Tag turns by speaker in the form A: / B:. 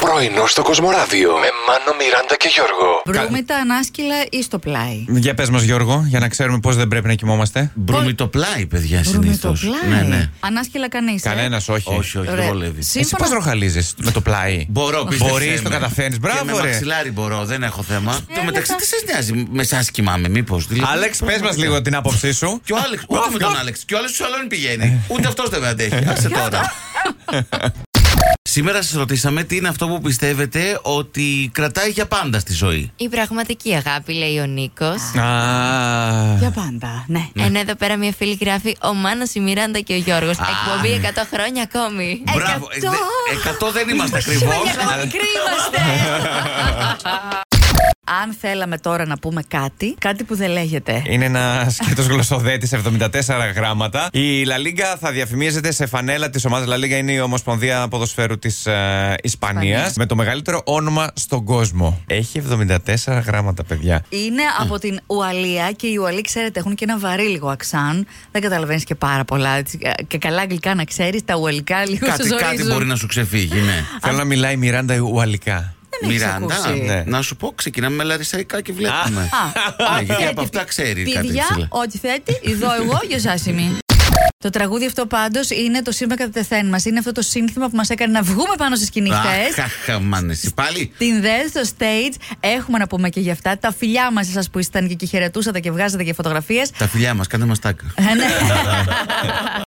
A: Πρωινό στο Κοσμοράδιο με Μάνο, Μιράντα και Γιώργο.
B: Βρούμητα, ανάσκυλα ή στο πλάι.
C: Για πες μας, Γιώργο, για να ξέρουμε πώς δεν πρέπει να κοιμόμαστε.
D: Μπρούμι το πλάι, παιδιά, συνήθω.
B: Βρούμητοπλάι.
D: Ναι, ναι.
B: Ανάσκυλα κανείς.
C: Κανένας, όχι.
D: Όχι, όχι, δεν
B: Ωραία.
D: βολεύει.
B: Συ-
C: Εσύ
B: Σύμφωνα-
C: πώς ροχαλίζεις με το πλάι.
D: Μπορώ, πιστεύω.
C: Μπορεί, το καταφέρνεις.
D: και
C: Μπράβο,
D: με
C: ρε.
D: μαξιλάρι μπορώ, δεν έχω θέμα.
B: Ε,
D: Το μεταξύ,
B: αλλά-
D: τι σας νοιάζει, με εσάς κοιμάμαι, μήπως.
C: Άλεξ, πες μας λίγο την άποψή σου.
D: Και ο Άλεξ, ούτε με τον Άλεξ. Και ο Άλεξ στο σαλόνι πηγαίνει. Ούτε αυτός δεν με αντέχει. Άσε τώρα. Σήμερα σας ρωτήσαμε τι είναι αυτό που πιστεύετε ότι κρατάει για πάντα στη ζωή.
E: Η πραγματική αγάπη, λέει ο Νίκος.
C: Α.
B: Για πάντα, ναι.
E: Ενώ εδώ πέρα μια φίλη γράφει ο Μάνος, η Μιράντα και ο Γιώργος. Εκπομπή 100 χρόνια ακόμη.
D: Μπράβο. ε, δε- Εκατό δεν είμαστε ακριβώ.
B: Μικροί είμαστε! Αν θέλαμε τώρα να πούμε κάτι, κάτι που δεν λέγεται.
D: Ε.
C: Είναι ένα σκέτος γλωσσοδέτη 74 γράμματα. Η Λα Λίγκα θα διαφημίζεται σε φανέλα της ομάδας Λα Λίγκα. Είναι η Ομοσπονδία Ποδοσφαίρου της ε, Ισπανίας.
B: Ισπανίας.
C: Με το μεγαλύτερο όνομα στον κόσμο. Έχει 74 γράμματα, παιδιά.
D: Ε.
B: Είναι από την Ουαλία και οι Ουαλοί, ξέρετε, έχουν και ένα βαρύ λίγο αξάν. Δεν καταλαβαίνεις και πάρα πολλά. έτσι. ε, Και καλά αγγλικά να ξέρεις, τα Ουαλικά λίγο σε
D: Κάτι, κάτι
B: ζορίζουν.
D: μπορεί να σου ξεφύγει, ναι.
C: Θέλω να μιλάει η Μιράντα ουαλικά.
B: Δεν έχεις ακούσει.
C: Ναι.
D: να σου πω, ξεκινάμε με λαρισαϊκά και βλέπουμε.
B: Α, ε,
D: Ναι, γιατί
B: ό,τι
D: από
B: θέτει.
D: αυτά ξέρει κάτι.
B: Παιδιά,
D: ψηλά.
B: ό,τι θέτει, εδώ εγώ για εσάς είμαι. Το τραγούδι αυτό πάντως είναι το σήμα κατά τεθέν μας. Είναι αυτό το σύνθημα που μας έκανε να βγούμε πάνω στις
D: Αχ,
B: κυνηγέ.
D: αχ, αμάν, εσύ πάλι.
B: Την δε στο stage. Έχουμε να πούμε και για αυτά. Τα φιλιά μας, εσάς που ήσταν και, και χαιρετούσατε και βγάζατε και φωτογραφίες.
D: Τα φιλιά μας, κάντε μας τάκα.